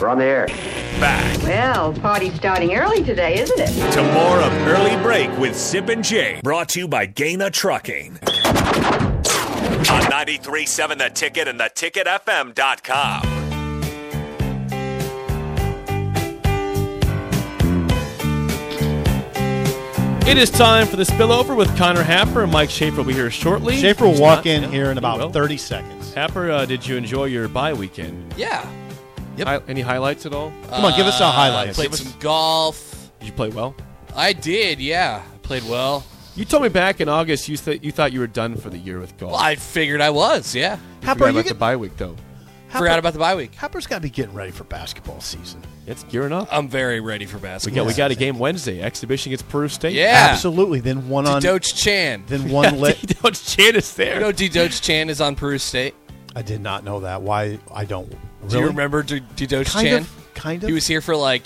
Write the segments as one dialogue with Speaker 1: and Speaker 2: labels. Speaker 1: We're on the air.
Speaker 2: Back
Speaker 3: Well, party's starting early today, isn't it?
Speaker 2: to more of Early Break with Sip and Jay, brought to you by Gaina Trucking. On 93.7 The Ticket and theticketfm.com.
Speaker 4: It is time for the spillover with Connor Happer and Mike Schaefer. Will be here shortly.
Speaker 5: Schaefer will
Speaker 4: He's
Speaker 5: walk
Speaker 4: not-
Speaker 5: in
Speaker 4: yeah,
Speaker 5: here in
Speaker 4: he will.
Speaker 5: about 30 seconds.
Speaker 4: Happer, uh, did you enjoy your bye weekend?
Speaker 6: Yeah. Yep.
Speaker 4: Hi- any highlights at all?
Speaker 5: Come on, give
Speaker 4: Uh,
Speaker 5: us a
Speaker 6: I
Speaker 5: highlight.
Speaker 6: played
Speaker 5: Give us-
Speaker 6: some golf.
Speaker 4: Did you play well?
Speaker 6: I did, yeah. I played well.
Speaker 4: You told me back in August you th- you thought you were done for the year with golf.
Speaker 6: Well, I figured I was, yeah.
Speaker 4: forgot
Speaker 5: Happer, you
Speaker 4: about
Speaker 5: get-
Speaker 4: the bye week though.
Speaker 5: Happer-
Speaker 6: Forgot about the bye week.
Speaker 5: Happer's got to be getting ready for basketball season.
Speaker 4: It's gearing up.
Speaker 6: I'm very ready for
Speaker 4: we
Speaker 6: basketball.
Speaker 4: got we got a game Wednesday. Exhibition against Peru State.
Speaker 6: Yeah.
Speaker 5: Absolutely. Then one on.
Speaker 6: Doge Chan.
Speaker 5: Then one lit.
Speaker 4: Don't Chan is there.
Speaker 6: You know D. Doge Chan is on Peru State.
Speaker 5: I did not know that. Why? I don't. Really?
Speaker 6: Do you remember D. Doge
Speaker 5: Kind
Speaker 6: Chan?
Speaker 5: of. Kind of.
Speaker 6: He was here for like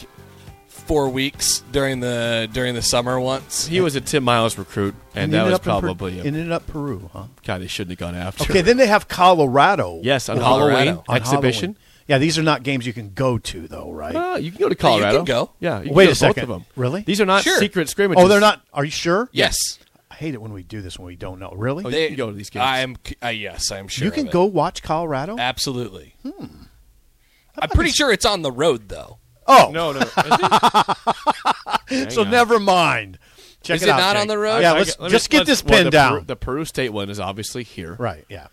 Speaker 6: four weeks during the during the summer once.
Speaker 4: He was a Tim Miles recruit, and, that
Speaker 5: ended
Speaker 4: was
Speaker 5: up in Per-
Speaker 4: probably a
Speaker 5: ended up Peru, huh?
Speaker 4: guy they shouldn't have gone after.
Speaker 5: Okay, then they have Colorado.
Speaker 4: yes, on
Speaker 6: Well, Colorado.
Speaker 4: Halloween
Speaker 5: on
Speaker 4: exhibition.
Speaker 5: Halloween. Yeah, these are not games you can go to, though, right?
Speaker 4: Uh, you can go to
Speaker 6: Yeah, you
Speaker 4: Colorado.
Speaker 6: can go.
Speaker 4: Yeah. You can
Speaker 5: Wait
Speaker 4: go
Speaker 5: a
Speaker 4: to both
Speaker 5: second.
Speaker 4: of them.
Speaker 5: Really?
Speaker 4: These are not
Speaker 6: Sure.
Speaker 4: secret scrimmages.
Speaker 5: oh, they're not. Are you sure?
Speaker 6: Yes.
Speaker 5: I hate it when we do this when we don't know. Really?
Speaker 4: Oh, you can go to these games.
Speaker 6: I'm uh, yes, I'm sure.
Speaker 5: you
Speaker 6: of
Speaker 5: can
Speaker 6: it.
Speaker 5: go watch Colorado.
Speaker 4: Uh,
Speaker 6: Absolutely. Hmm. I'm pretty sure it's on the road though.
Speaker 5: oh,
Speaker 4: No, no. is it? Hang
Speaker 5: so
Speaker 4: on.
Speaker 5: never mind. Check
Speaker 6: Is
Speaker 5: it,
Speaker 6: it
Speaker 5: out,
Speaker 6: not
Speaker 5: Jake.
Speaker 6: on the road?
Speaker 5: Yeah,
Speaker 4: I-
Speaker 5: let's
Speaker 4: let me-
Speaker 5: just get
Speaker 4: let's-
Speaker 5: this
Speaker 4: well,
Speaker 5: pinned
Speaker 4: the
Speaker 5: down.
Speaker 4: Peru, the Peru State one is obviously here.
Speaker 5: right. Yeah.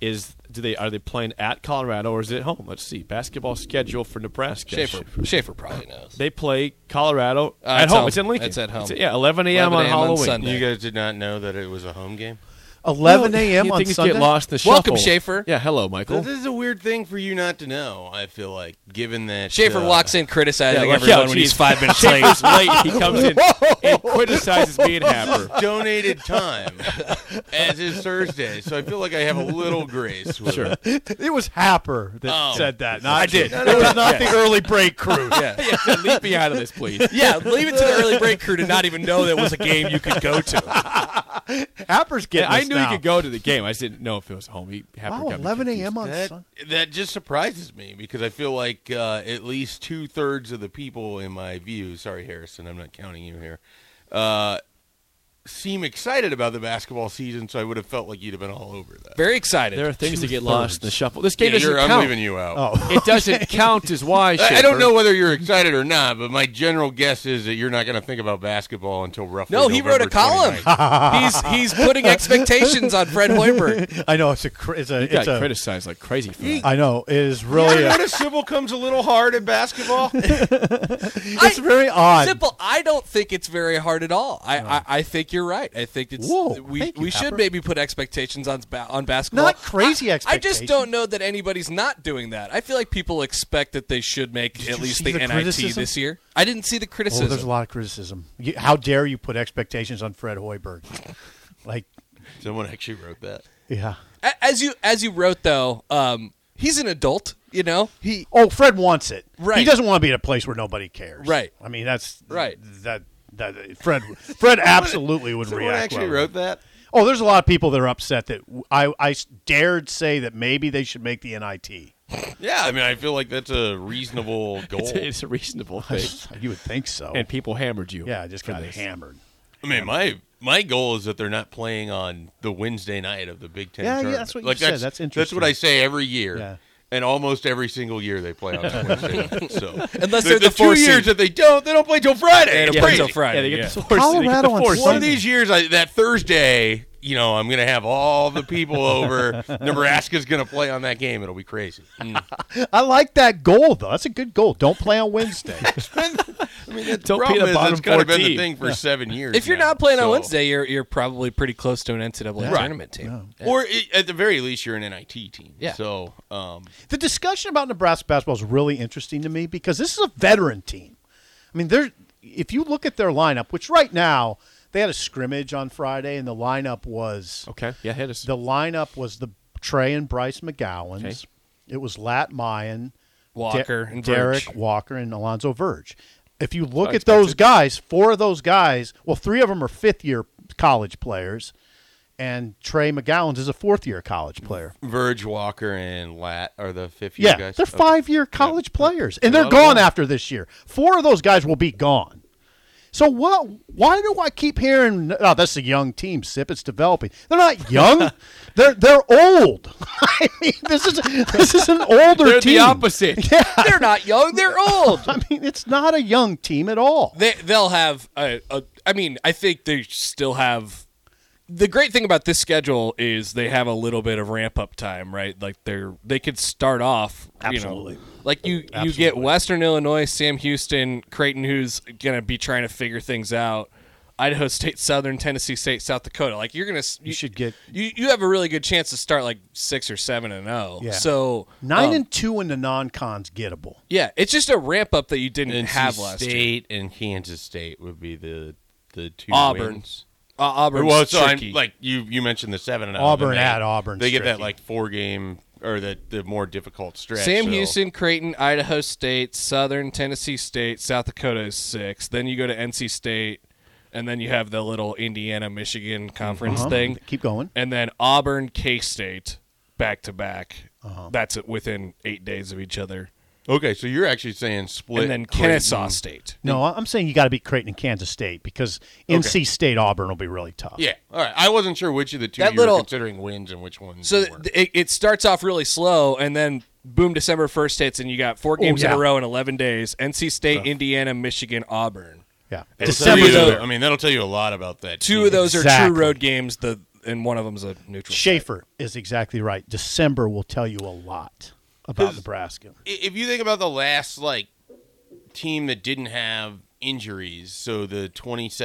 Speaker 4: Is do they are they playing at Colorado or is it at home? Let's see. Basketball schedule for Nebraska.
Speaker 6: Schaefer Schaefer probably knows.
Speaker 4: They play Colorado
Speaker 6: Uh,
Speaker 4: at
Speaker 6: it's
Speaker 4: home.
Speaker 6: home.
Speaker 4: It's in Lincoln.
Speaker 6: It's at home.
Speaker 4: yeah, 11 a.m. on
Speaker 6: 11 a.m. on
Speaker 4: Halloween.
Speaker 6: Sunday.
Speaker 7: You guys did not know that it was a home game.
Speaker 5: 11 a.m.
Speaker 4: You
Speaker 5: on
Speaker 4: things
Speaker 5: Sunday.
Speaker 4: get lost in the
Speaker 6: Welcome,
Speaker 4: shuffle.
Speaker 6: Schaefer.
Speaker 4: Yeah, hello, Michael.
Speaker 7: This is a weird thing for you not to know. I feel like, given that
Speaker 6: Schaefer
Speaker 7: uh,
Speaker 6: walks in criticizing
Speaker 4: Yeah, like,
Speaker 6: everyone
Speaker 4: yo,
Speaker 6: when he's
Speaker 4: geez.
Speaker 6: five minutes late.
Speaker 4: He's late. He comes in and criticizes me and Happer.
Speaker 7: donated time as is Thursday, so I feel like I have a little grace. With
Speaker 4: Sure.
Speaker 7: it.
Speaker 5: It was Happer that
Speaker 6: Oh.
Speaker 5: said that. Not I
Speaker 6: did.
Speaker 5: It was not the early break crew.
Speaker 4: Yeah, leave me out of this, please.
Speaker 6: yeah, leave it to the early break crew to not even know that was a game you could go to.
Speaker 5: Happer's getting.
Speaker 4: Yeah, I
Speaker 5: us
Speaker 4: knew
Speaker 5: now. Oh,
Speaker 4: he could go to the game. I just didn't know if it was home. He Happer
Speaker 5: Wow,
Speaker 4: got me
Speaker 5: 11
Speaker 4: confused.
Speaker 5: a.m. on
Speaker 7: That
Speaker 5: Sunday.
Speaker 7: that just surprises me because I feel like uh, at least two thirds of the people in my view. Sorry, Harrison, I'm not counting you here. Uh, seem excited about the basketball season, so I would have felt like you'd have been all over that.
Speaker 6: Very excited.
Speaker 4: There are things that get lost in the shuffle. This game
Speaker 7: Yeah,
Speaker 4: doesn't
Speaker 7: you're- I'm
Speaker 4: count.
Speaker 7: leaving you out.
Speaker 5: Oh,
Speaker 4: It doesn't count as why.
Speaker 7: I- I
Speaker 4: Schaefer.
Speaker 7: don't know whether you're excited or not, but my general guess is that you're not going to think about basketball until roughly.
Speaker 6: no, he wrote a
Speaker 7: November
Speaker 6: column.
Speaker 7: 29th.
Speaker 6: he's he's putting expectations on Fred Hoiberg.
Speaker 5: I know it's a. cr- It's a.
Speaker 4: You got
Speaker 5: It's a
Speaker 4: criticized like crazy for that.
Speaker 5: I know it is really.
Speaker 7: You
Speaker 5: A,
Speaker 7: notice Sybil comes a little hard at basketball.
Speaker 5: it's very odd.
Speaker 6: Simple. I don't think it's very hard at all. I I, I think you're right. I think it's
Speaker 5: Whoa,
Speaker 6: we
Speaker 5: thank you,
Speaker 6: we should
Speaker 5: Pepper.
Speaker 6: maybe put expectations on ba- on basketball.
Speaker 5: Not crazy
Speaker 6: I- I just
Speaker 5: expectations.
Speaker 6: don't know that anybody's not doing that. I feel like people expect that they should make at
Speaker 5: you
Speaker 6: least
Speaker 5: see
Speaker 6: the,
Speaker 5: the
Speaker 6: NIT
Speaker 5: criticism?
Speaker 6: this year. I didn't see the
Speaker 5: Oh,
Speaker 6: criticism.
Speaker 5: there's a lot of criticism. You, how dare you put expectations on Fred Hoiberg? Like,
Speaker 7: Someone actually wrote that.
Speaker 5: yeah.
Speaker 6: A- as you as you wrote though, um, he's an adult. You know, he
Speaker 5: Oh, Fred wants it. He
Speaker 6: Right.
Speaker 5: doesn't want to be in a place where nobody cares.
Speaker 6: Right.
Speaker 5: I mean, that's
Speaker 6: Right.
Speaker 5: That that Fred Fred absolutely would
Speaker 7: Someone
Speaker 5: react.
Speaker 7: actually
Speaker 5: well.
Speaker 7: wrote that.
Speaker 5: Oh, there's a lot of people that are upset that w- I, I s- dared say that maybe they should make the NIT.
Speaker 7: Yeah, I mean, I feel like that's a reasonable goal.
Speaker 4: It's, it's a reasonable thing,
Speaker 5: you would think so.
Speaker 4: and people hammered you.
Speaker 5: yeah, just
Speaker 4: for
Speaker 5: got
Speaker 4: this.
Speaker 5: hammered.
Speaker 7: I mean, my my goal is that they're not playing on the Wednesday night of the Big Ten.
Speaker 5: Yeah, yeah,
Speaker 7: tournament.
Speaker 5: that's what you
Speaker 7: like,
Speaker 5: said. That's
Speaker 7: That's
Speaker 5: interesting.
Speaker 7: what I say every year.
Speaker 5: Yeah.
Speaker 7: And almost every single year they play on that Wednesday night. So
Speaker 6: Unless
Speaker 7: the,
Speaker 6: they're the four
Speaker 7: two years
Speaker 6: seed.
Speaker 7: that they don't, they don't play till Friday.
Speaker 6: They don't
Speaker 7: It's
Speaker 6: play
Speaker 7: crazy.
Speaker 6: till Friday.
Speaker 4: Yeah, they get
Speaker 6: yeah.
Speaker 4: the force. they get the
Speaker 5: Colorado on
Speaker 4: force
Speaker 7: One
Speaker 5: Sunday.
Speaker 7: of these years, I, that Thursday, you know, I'm going to have all the people over. Nebraska's going to play on that game. It'll be crazy.
Speaker 6: Hmm.
Speaker 5: I like that goal though. That's a good goal. Don't play on Wednesday.
Speaker 4: Don't be
Speaker 7: Problem
Speaker 4: the
Speaker 7: is,
Speaker 4: bottom
Speaker 7: it's kind
Speaker 4: four
Speaker 7: of been the
Speaker 4: team.
Speaker 7: thing for seven years.
Speaker 6: if you're
Speaker 7: now,
Speaker 6: not playing on
Speaker 7: so-
Speaker 6: Wednesday, you're you're probably pretty close to an NCAA
Speaker 5: Right.
Speaker 6: tournament team.
Speaker 7: or i at the very least, you're an NIT team.
Speaker 6: Yeah.
Speaker 7: So, um,
Speaker 5: the discussion about Nebraska basketball is really interesting to me because this is a veteran team. I mean, they're, if you look at their lineup, which right now they had a scrimmage on Friday, and the lineup was
Speaker 4: Okay. Yeah, hit us.
Speaker 5: the lineup was the Trey and Bryce McGowan's.
Speaker 4: Okay.
Speaker 5: It was Lat Mayan,
Speaker 6: Walker
Speaker 5: De-
Speaker 6: and
Speaker 5: Derek
Speaker 6: Verge.
Speaker 5: Walker, and Alonzo Verge. If you look at
Speaker 4: expected.
Speaker 5: those guys, four of those guys, well, three of them are fifth year college players, and Trey McGowan's is a fourth year college player.
Speaker 7: Verge Walker and Lat are the fifth year
Speaker 5: Yeah,
Speaker 7: guys.
Speaker 5: they're
Speaker 7: Okay.
Speaker 5: five year college players, and
Speaker 4: lot
Speaker 5: they're
Speaker 4: of
Speaker 5: gone
Speaker 4: them.
Speaker 5: after this year. Four of those guys will be gone. So what? Why do I keep hearing? Oh, that's a young team. Sip, it's developing. They're not young. they're they're old. I mean, this is this is an older
Speaker 4: They're
Speaker 5: team.
Speaker 4: the opposite.
Speaker 6: They're not young. They're old.
Speaker 5: I mean, it's not a young team at all.
Speaker 6: they they'll have a, a, I mean, I think they still have. The great thing about this schedule is they have a little bit of ramp up time, right? Like they're they could start off,
Speaker 5: Absolutely.
Speaker 6: you know, like you you get Western Illinois, Sam Houston, Creighton, who's gonna be trying to figure things out. Idaho State, Southern Tennessee State, South Dakota. Like you're gonna, s- you,
Speaker 5: should get-
Speaker 6: you. You have a really good chance to start like six or seven and zero.
Speaker 5: Yeah.
Speaker 6: So
Speaker 5: Nine
Speaker 6: um,
Speaker 5: and two in the non cons gettable.
Speaker 6: yeah, it's just a ramp up that you didn't
Speaker 7: NC
Speaker 6: have last year.
Speaker 7: State and Kansas State would be the the two
Speaker 6: Auburn.
Speaker 7: wins.
Speaker 6: Uh, Auburn.
Speaker 7: Well, so I'm-
Speaker 6: tricky.
Speaker 7: like you you mentioned the seven and
Speaker 5: Auburn
Speaker 7: they-
Speaker 5: at Auburn's
Speaker 7: They get that
Speaker 5: tricky.
Speaker 7: like four game or the the more difficult stretch.
Speaker 6: Sam
Speaker 7: so-
Speaker 6: Houston, Creighton, Idaho State, Southern Tennessee State, South Dakota is six. Then you go to NC State, and then you have the little Indiana Michigan conference
Speaker 5: Uh-huh.
Speaker 6: thing,
Speaker 5: Keep going.
Speaker 6: and then Auburn, K State, back to back.
Speaker 5: Uh-huh.
Speaker 6: That's it within eight days of each other,
Speaker 7: Okay, so you're actually saying split.
Speaker 6: and then
Speaker 7: Creighton.
Speaker 6: Kennesaw State.
Speaker 5: No, I- I'm saying you got to beat Creighton and Kansas State because NC State Auburn will be really tough.
Speaker 7: Yeah. All right. I wasn't sure which of the two
Speaker 6: That
Speaker 7: you were
Speaker 6: little-
Speaker 7: considering wins and which ones.
Speaker 6: So
Speaker 7: you weren't.
Speaker 6: th- it, it starts off really slow, and then boom, December first hits, and you got four games in
Speaker 5: Oh, yeah.
Speaker 6: a row in eleven days. NC State, Indiana, Michigan, Auburn.
Speaker 5: yeah.
Speaker 7: It'll tell
Speaker 6: December
Speaker 7: you-
Speaker 6: though-
Speaker 7: I mean, that'll tell you a lot about that.
Speaker 6: Two
Speaker 7: team.
Speaker 6: of those are
Speaker 5: Exactly.
Speaker 6: true road games. The and one of them's a neutral. site.
Speaker 5: Schaefer is exactly right. December will tell you a lot about Nebraska.
Speaker 7: I- if you think about the last like team that didn't have injuries, so the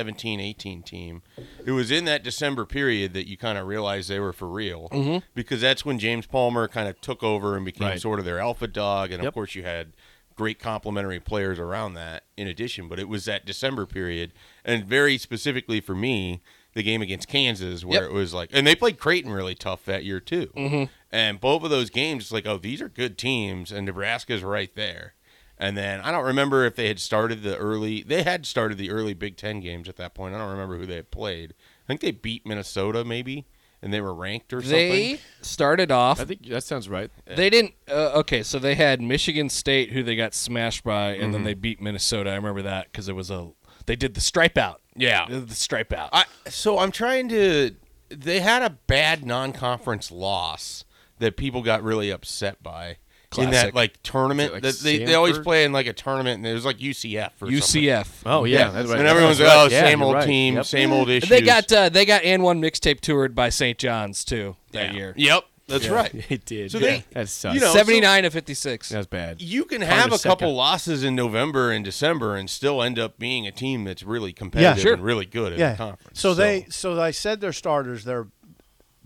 Speaker 7: 2017-18 team, it was in that December period that you kind of realized they were for real because that's when James Palmer kind of took over and became
Speaker 4: Right.
Speaker 7: sort of their alpha dog, and of course you had great complementary players around that in addition, but it was that December period, and very specifically for me. The game against Kansas, where
Speaker 6: Yep.
Speaker 7: it was like, and they played Creighton really tough that year too. And both of those games, it's like, oh, these are good teams, and Nebraska's right there. And then I don't remember if they had started the early. They had started the early Big Ten games at that point. I don't remember who they had played. I think they beat Minnesota maybe, and they were ranked or
Speaker 6: They
Speaker 7: something.
Speaker 6: started off.
Speaker 4: I think that sounds right.
Speaker 6: They didn't. Uh, okay, so they had Michigan State, who they got smashed by, and
Speaker 7: Mm-hmm.
Speaker 6: then they beat Minnesota. I remember that because it was a. They did the stripe out.
Speaker 7: Yeah.
Speaker 6: They did the stripe out.
Speaker 7: I so I'm trying to. They had a bad non-conference loss that people got really upset by. In that
Speaker 6: Classic.
Speaker 7: like tournament,
Speaker 4: like,
Speaker 7: that they, they always
Speaker 4: Samford?
Speaker 7: play in like a tournament, and it was like UCF or something.
Speaker 6: UCF.
Speaker 4: Oh yeah, that's right.
Speaker 7: and everyone's
Speaker 4: That's
Speaker 7: like,
Speaker 4: right.
Speaker 7: "Oh,
Speaker 4: Yeah,
Speaker 7: same
Speaker 4: you're
Speaker 7: old
Speaker 4: right.
Speaker 7: team,
Speaker 4: Yep.
Speaker 7: same old issues."
Speaker 6: They got uh, they got and one mixtape toured by St. John's too that
Speaker 7: Yeah.
Speaker 6: year.
Speaker 7: Yep, that's right.
Speaker 4: It did.
Speaker 7: So
Speaker 4: yeah.
Speaker 7: they-
Speaker 4: that sucks.
Speaker 7: you know, so-
Speaker 6: Seventy nine to fifty six.
Speaker 4: that's bad.
Speaker 7: You can
Speaker 4: Hard
Speaker 7: have
Speaker 4: to
Speaker 7: a
Speaker 4: second.
Speaker 7: couple losses in November and December and still end up being a team that's really competitive
Speaker 5: sure.
Speaker 7: and really good at
Speaker 5: yeah.
Speaker 7: the conference.
Speaker 5: So, they so I said their starters they're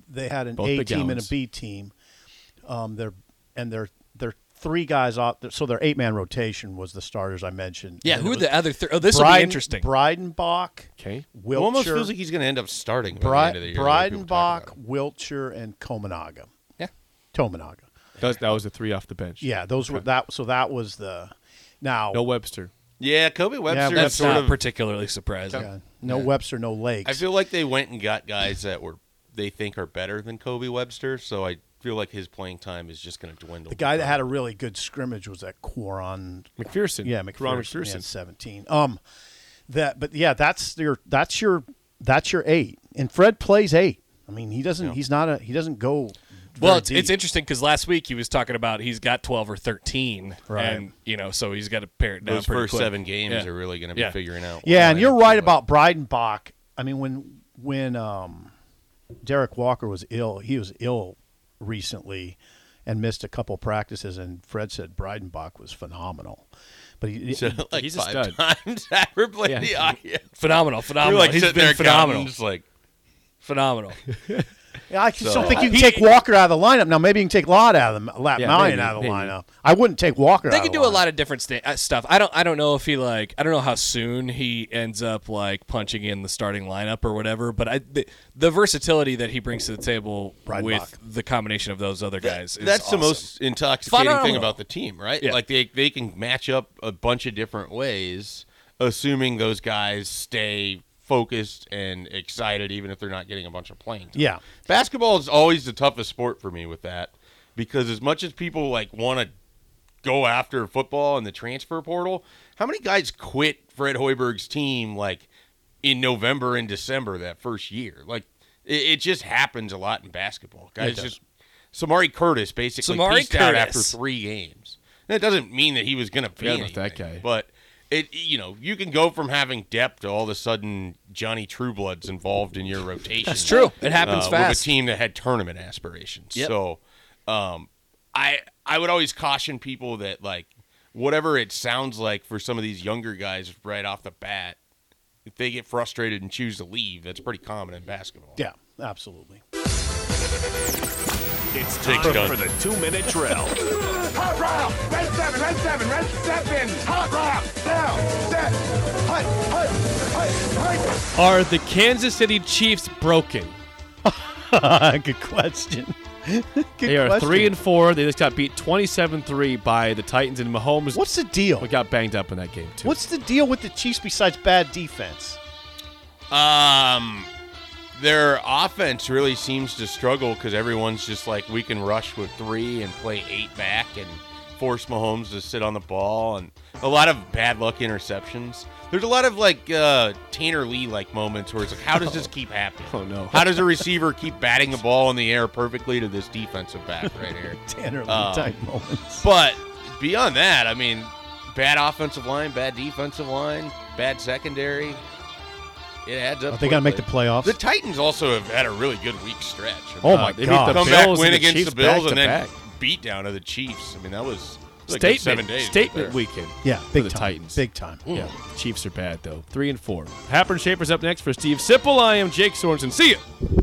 Speaker 5: they had an
Speaker 4: Both
Speaker 5: A
Speaker 4: big
Speaker 5: team and a
Speaker 4: gallons.
Speaker 5: B team. Um they're and they're they're three guys off so their eight man rotation was the starters I mentioned.
Speaker 6: Yeah,
Speaker 5: And it
Speaker 6: who are
Speaker 5: was
Speaker 6: the other? Th- oh, this will be
Speaker 5: Bryden-
Speaker 6: interesting.
Speaker 5: Breidenbach,
Speaker 4: Okay.
Speaker 7: It
Speaker 5: Wilcher,
Speaker 7: almost feels like he's going to end up starting. by the
Speaker 5: Bri-
Speaker 7: end of the year, the way people
Speaker 5: Breidenbach,
Speaker 7: talk about him.
Speaker 5: Wilcher, and Komanaga.
Speaker 6: yeah.
Speaker 5: Tomanaga.
Speaker 4: That was, that was the three off the bench.
Speaker 5: Yeah, those were that. So that was the now.
Speaker 4: No Webster.
Speaker 7: Yeah, Kobe
Speaker 5: That's
Speaker 7: Webster.
Speaker 6: That's
Speaker 7: sort
Speaker 6: not
Speaker 7: of.
Speaker 6: particularly surprising.
Speaker 5: yeah, no Webster, no Lakes.
Speaker 7: I feel like they went and got guys that were they think are better than Kobe Webster. So I feel like his playing time is just going to dwindle.
Speaker 5: the guy that had a really good scrimmage was that Quaron.
Speaker 4: McPherson.
Speaker 5: Yeah,
Speaker 4: Ron
Speaker 5: McPherson. he had
Speaker 4: McPherson.
Speaker 5: Seventeen. Um, that. But yeah, that's your. That's your. That's your eight. And Fred plays eight. I mean, he doesn't. He's not a. He doesn't go.
Speaker 6: Well,
Speaker 5: very
Speaker 6: it's, it's
Speaker 5: deep.
Speaker 6: interesting because last week he was talking about he's got twelve or thirteen,
Speaker 5: Right.
Speaker 6: and you know, so he's got to pare it down.
Speaker 7: those
Speaker 6: pretty
Speaker 7: first
Speaker 6: quick.
Speaker 7: seven games
Speaker 6: Yeah.
Speaker 7: are really going to be
Speaker 6: Yeah.
Speaker 7: figuring out.
Speaker 5: Yeah, and
Speaker 7: why
Speaker 5: you're
Speaker 7: they
Speaker 5: right
Speaker 7: play.
Speaker 5: about Breidenbach. I mean, when when um, Derek Walker was ill, he was ill recently and missed a couple practices. And Fred said Breidenbach was phenomenal, but he,
Speaker 7: So, like
Speaker 4: He's a
Speaker 7: five
Speaker 4: stud.
Speaker 7: times after playing
Speaker 4: Yeah.
Speaker 7: the audience.
Speaker 6: phenomenal,
Speaker 7: You're
Speaker 6: phenomenal.
Speaker 7: like
Speaker 6: he's
Speaker 7: sitting
Speaker 6: been
Speaker 7: there
Speaker 6: phenomenal,
Speaker 7: phenomenal. Just like
Speaker 6: phenomenal.
Speaker 5: I just
Speaker 7: So-
Speaker 5: don't think you can take Walker out of the lineup. Now maybe you can take Lott out of the lap
Speaker 4: uh, Yeah,
Speaker 5: nine
Speaker 4: maybe,
Speaker 5: out of the
Speaker 4: maybe.
Speaker 5: lineup. I wouldn't take Walker.
Speaker 6: they
Speaker 5: out
Speaker 6: can
Speaker 5: of the
Speaker 6: do a
Speaker 5: lineup.
Speaker 6: lot of different sta- uh, stuff. I don't, I don't know if he like, I don't know how soon he ends up like punching in the starting lineup or whatever. But I, the, the versatility that he brings to the table
Speaker 5: Brian
Speaker 6: with
Speaker 5: Bach.
Speaker 6: the combination of those other guys, is
Speaker 7: that's
Speaker 6: awesome.
Speaker 7: the most intoxicating thing
Speaker 6: Phenomenal.
Speaker 7: about the team, right?
Speaker 6: Yeah.
Speaker 7: Like they they can match up a bunch of different ways, assuming those guys stay focused and excited, even if they're not getting a bunch of playing time.
Speaker 5: Yeah.
Speaker 7: Basketball is always the toughest sport for me with that because as much as people like want to go after football and the transfer portal, how many guys quit Fred Hoiberg's team like in November and December that first year? Like it, it just happens a lot in basketball. Guys
Speaker 4: does.
Speaker 7: just Samari Curtis basically
Speaker 6: Samari
Speaker 7: peaced out after
Speaker 6: Curtis.
Speaker 7: three games. That doesn't mean that he was going to be
Speaker 4: Forgot about that
Speaker 7: anything,
Speaker 4: guy.
Speaker 7: but it you know you can go from having depth to all of a sudden Johnny Trueblood's involved in your rotation.
Speaker 6: That's true. It happens
Speaker 7: uh, With a
Speaker 6: fast.
Speaker 7: team that had tournament aspirations.
Speaker 6: Yep.
Speaker 7: So, um, I I would always caution people that like whatever it sounds like for some of these younger guys right off the bat, if they get frustrated and choose to leave, that's pretty common in basketball.
Speaker 5: Yeah, absolutely.
Speaker 2: It's time
Speaker 7: done.
Speaker 2: for the two minute drill.
Speaker 1: Hot round! Red seven, red seven, red seven! Hot round! Down! Set! Hut! Hut! Hut! Hut!
Speaker 4: Are the Kansas City Chiefs broken?
Speaker 5: Good question. Good
Speaker 4: they are
Speaker 5: question.
Speaker 4: three and four. They just got beat 27-3 by the Titans and Mahomes.
Speaker 5: What's the deal?
Speaker 4: What got banged up in that game too?
Speaker 5: What's the deal with the Chiefs besides bad defense?
Speaker 7: Um, their offense really seems to struggle because everyone's just like, we can rush with three and play eight back and force Mahomes to sit on the ball and a lot of bad luck interceptions. There's a lot of like uh, Tanner Lee like moments where it's like, how does this keep happening?
Speaker 4: Oh, no.
Speaker 7: How does a receiver keep batting the ball in the air perfectly to this defensive back right here?
Speaker 5: Tanner Lee
Speaker 4: Oh.
Speaker 7: Um,
Speaker 5: type moments.
Speaker 7: But beyond that, I mean, bad offensive line, bad defensive line, bad secondary. It adds up.
Speaker 5: But they got to make the
Speaker 7: quickly.
Speaker 5: playoffs.
Speaker 7: The Titans also have had a really good week stretch.
Speaker 5: oh
Speaker 4: Uh,
Speaker 5: my
Speaker 4: they beat
Speaker 5: god!
Speaker 4: the
Speaker 7: come back
Speaker 4: Bills
Speaker 7: win
Speaker 4: and the
Speaker 7: against
Speaker 4: Chiefs
Speaker 7: the Bills
Speaker 4: back to
Speaker 7: and then
Speaker 4: back.
Speaker 7: beat down of the Chiefs. I mean, that was it was like
Speaker 4: statement
Speaker 7: seven days.
Speaker 4: statement
Speaker 7: there.
Speaker 4: weekend?
Speaker 5: yeah,
Speaker 4: for
Speaker 5: big
Speaker 4: the
Speaker 5: time.
Speaker 4: Titans.
Speaker 5: Big time.
Speaker 4: Yeah, Chiefs are bad though. Three and four. Happer and Schaefer's up next for Steve Sipple. I am Jake Sorensen. See you.